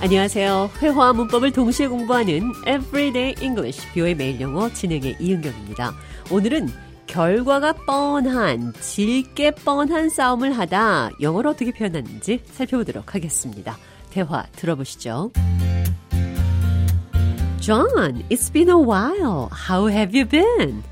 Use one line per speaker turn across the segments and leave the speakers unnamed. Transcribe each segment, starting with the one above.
안녕하세요. 회화와 문법을 동시에 공부하는 Everyday English 뷰의 매일 영어 진행의 이은경입니다. 오늘은 결과가 뻔한, 질게 뻔한 싸움을 하다 영어로 어떻게 표현하는지 살펴보도록 하겠습니다. 대화 들어보시죠. John, it's been a while. How have you been?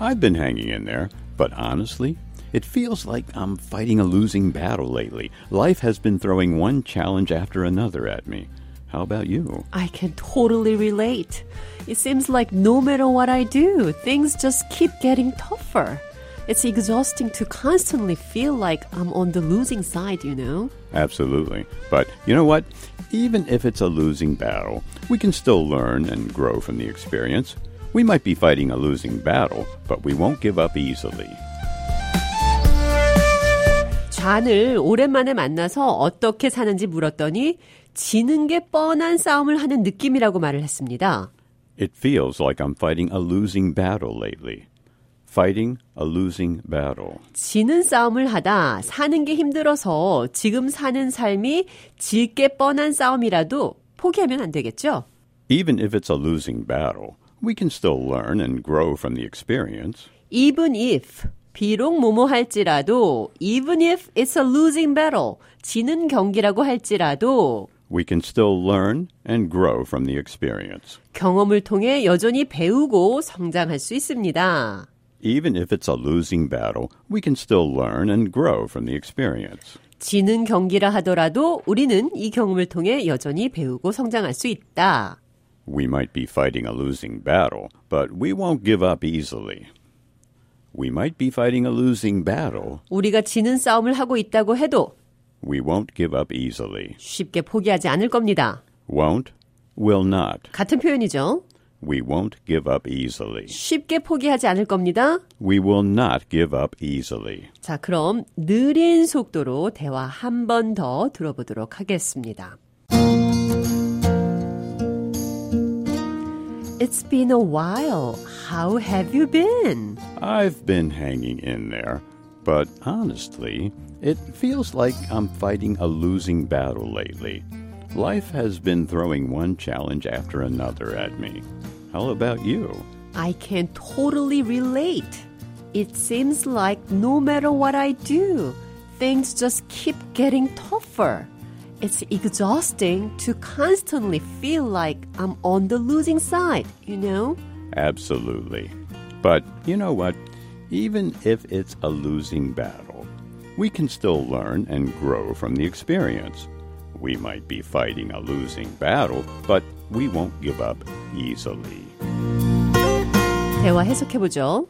I've been hanging in there, but honestly, it feels like I'm fighting a losing battle lately. Life has been throwing one challenge after another at me. How about you?
I can totally relate. It seems like no matter what I do, things just keep getting tougher. It's exhausting to constantly feel like I'm on the losing side, you know?
Absolutely. But you know what? Even if it's a losing battle, we can still learn and grow from the experience. We might be fighting a losing battle, but we won't give up easily.
좌를 오랜만에 만나서 어떻게 사는지 물었더니 지는 게 뻔한 싸움을 하는 느낌이라고 말을 했습니다.
It feels like I'm fighting a losing battle lately. Fighting a losing battle.
지는 싸움을 하다 사는 게 힘들어서 지금 사는 삶이 질게 뻔한 싸움이라도 포기하면 안 되겠죠?
Even if it's a losing battle, we can still learn and grow from the experience.
Even if 비록 뭐뭐 할지라도 even if it's a losing battle 지는 경기라고 할지라도
We can still learn and grow from the experience.
경험을 통해 여전히 배우고 성장할 수 있습니다.
Even if it's a losing battle, we can still learn and grow from the experience.
지는 경기라 하더라도 우리는 이 경험을 통해 여전히 배우고 성장할 수 있다.
We might be fighting a losing battle, but we won't give up easily. We might be fighting a losing battle,
우리가 지는 싸움을 하고 있다고 해도
we won't give up easily.
쉽게 포기하지 않을 겁니다.
Won't, will not.
같은 표현이죠.
We won't give up easily.
쉽게 포기하지 않을 겁니다.
We will not give up easily.
자, 그럼 느린 속도로 대화 한 번 더 들어보도록 하겠습니다. It's been a while. How have you been?
I've been hanging in there, but honestly, it feels like I'm fighting a losing battle lately. Life has been throwing one challenge after another at me. How about you?
I can totally relate. It seems like no matter what I do, things just keep getting tougher. It's exhausting to constantly feel like I'm on the losing side, you know?
Absolutely. But you know what? Even if it's a losing battle, we can still learn and grow from the experience. We might be fighting a losing battle, but we won't give up easily.
대화 해석해보죠.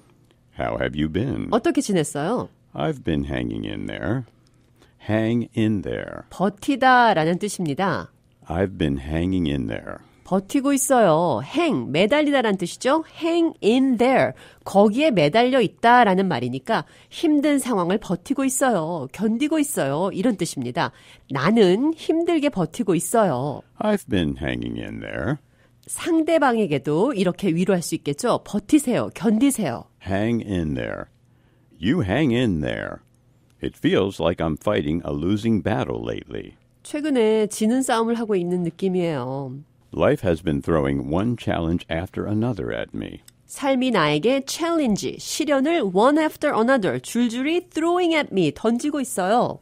How have you been?
어떻게 지냈어요?
I've been hanging in there. Hang in there.
버티다 라는 뜻입니다.
I've been hanging in there.
버티고 있어요. hang, 매달리다란 뜻이죠. hang in there. 거기에 매달려 있다라는 말이니까 힘든 상황을 버티고 있어요. 견디고 있어요. 이런 뜻입니다. 나는 힘들게 버티고 있어요.
I've been hanging in there.
상대방에게도 이렇게 위로할 수 있겠죠. 버티세요. 견디세요.
Hang in there. You hang in there. It feels like I'm fighting a losing battle lately.
최근에 지는 싸움을 하고 있는 느낌이에요.
Life has been throwing one challenge after another at me.
삶이 나에게 챌린지, 시련을 one after another 줄줄이 throwing at me 던지고 있어요.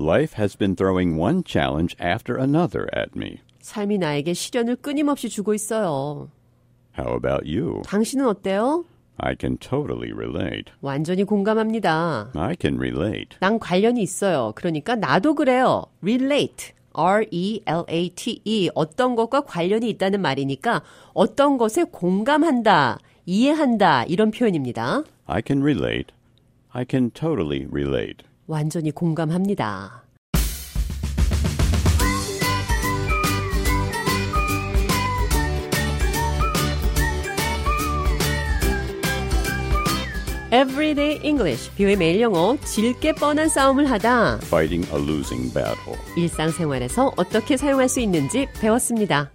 Life has been throwing one challenge after another at me.
삶이 나에게 시련을 끊임없이 주고 있어요.
How about you?
당신은 어때요?
I can totally relate.
완전히 공감합니다.
I can relate.
난 관련이 있어요. 그러니까 나도 그래요. relate. E R-E-L-A-T-E. E. 어떤 것과 관련이 있다는 말이니까 어떤 것에 공감한다, 이해한다, 이런 표현입니다.
I can relate. I can totally relate.
완전히 공감합니다. Everyday English, 뷰의 매일 영어, 질게 뻔한 싸움을 하다.
Fighting a losing battle.
일상생활에서 어떻게 사용할 수 있는지 배웠습니다.